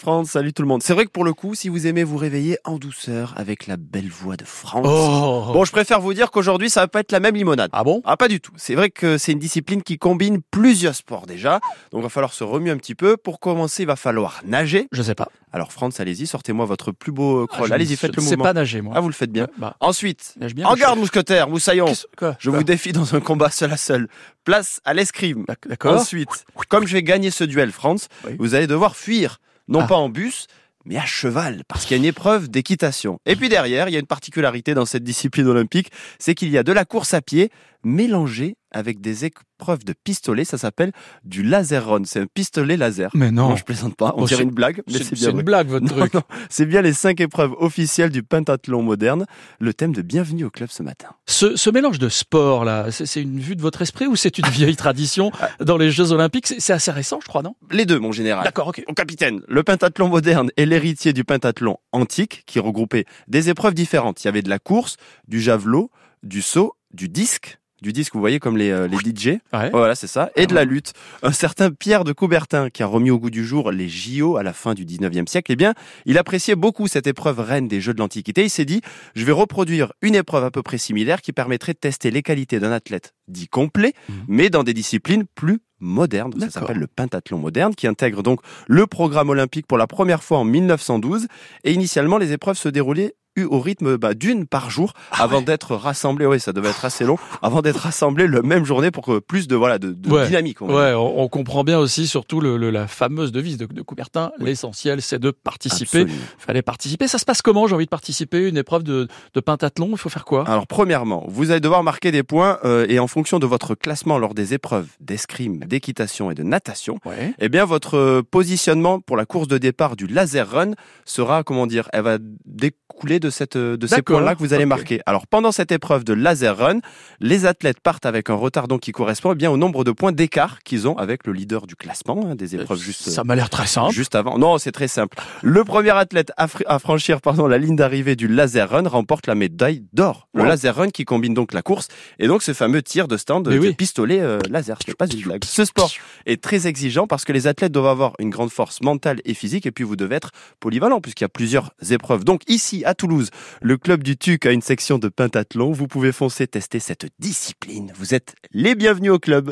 France, salut tout le monde. C'est vrai que pour le coup, si vous aimez vous réveiller en douceur avec la belle voix de France. Oh Bon, je préfère vous dire qu'aujourd'hui, ça va pas être la même limonade. Ah bon Ah, pas du tout. C'est vrai que c'est une discipline qui combine plusieurs sports déjà. Donc, va falloir se remuer un petit peu. Pour commencer, il va falloir nager. Je sais pas. Alors, France, allez-y, sortez-moi votre plus beau euh, crawl. Ah, Je allez-y, ne- faites je le ne sais mouvement. pas nager, moi. Ah, vous le faites bien. Ouais, bah, Ensuite, nage bien. en mais garde, mousquetaire, moussaillon. je- Qu'est-ce- quoi Je vous défie dans un combat seul à seul. Place à l'escrime. D'ac- D'accord. Ensuite, comme je vais gagner ce duel, France, Oui. vous allez devoir fuir, non Ah. pas en bus, mais à cheval, parce qu'il y a une épreuve d'équitation. Et puis derrière, il y a une particularité dans cette discipline olympique, c'est qu'il y a de la course à pied mélangée avec des épreuves de pistolet. Ça s'appelle du laser run. C'est un pistolet laser. Mais non. je plaisante pas. On Bon, dirait c'est- une blague, mais C'est c'est c'est bien une vrai. blague, votre Non, truc. non, c'est bien les cinq épreuves officielles du pentathlon moderne. Le thème de Bienvenue au club ce matin. Ce, ce mélange de sport, là, c'est c'est une vue de votre esprit ou c'est une vieille tradition Ah. dans les Jeux Olympiques C'est c'est assez récent, je crois, non Les deux, mon général. D'accord, ok. Au capitaine, le pentathlon moderne est l'héritier du pentathlon antique qui regroupait des épreuves différentes. Il y avait de la course, du javelot, du saut, du disque. Du disque, vous voyez, comme les, euh, les DJ. Ouais. Voilà, c'est ça. Et de la lutte. Un certain Pierre de Coubertin, qui a remis au goût du jour les JO à la fin du 19e siècle, eh bien, il appréciait beaucoup cette épreuve reine des Jeux de l'Antiquité. Il s'est dit, je vais reproduire une épreuve à peu près similaire qui permettrait de tester les qualités d'un athlète dit complet, Mhm. mais dans des disciplines plus modernes. Ça D'accord. s'appelle le pentathlon moderne, qui intègre donc le programme olympique pour la première fois en 1912. Et initialement, les épreuves se déroulaient eu au rythme bah, d'une par jour Ah avant d'être rassemblées. Oui, ça devait être assez long. Avant d'être rassemblées le même journée pour que plus de voilà de, de Ouais. dynamique. on va dire. Ouais, on, on comprend bien aussi, surtout le, le- la fameuse devise de, de Coubertin. L'essentiel, c'est de participer. Absolument. Fallait participer. Ça se passe comment J'ai envie de participer. Une épreuve de, de pentathlon. Il faut faire quoi Alors premièrement, vous allez devoir marquer des points euh, et en fonction de votre classement lors des épreuves d'escrime, d'équitation et de natation, Ouais. eh bien votre euh, positionnement pour la course de départ du laser run sera comment dire, elle va découler de cette euh, de ces D'accord. points-là que vous allez Ok. marquer. Alors pendant cette épreuve de laser run, les athlètes partent avec un retard donc qui correspond eh bien au nombre de points d'écart qu'ils ont avec le leader du classement hein, des épreuves juste Ça m'a l'air très Euh, simple. Juste avant. Non, c'est très simple. Le premier athlète à, fri- à franchir pardon, la ligne d'arrivée du laser run remporte la médaille d'or. Le Wow. laser run qui combine donc la course et donc ce fameux tir de stand Mais de oui. pistolet euh, laser. C'est pas une blague. Ce sport est très exigeant parce que les athlètes doivent avoir une grande force mentale et physique et puis vous devez être polyvalent puisqu'il y a plusieurs épreuves. Donc ici à Toulouse, le club du TUC a une section de pentathlon. Vous pouvez foncer tester cette discipline. Vous êtes les bienvenus au club.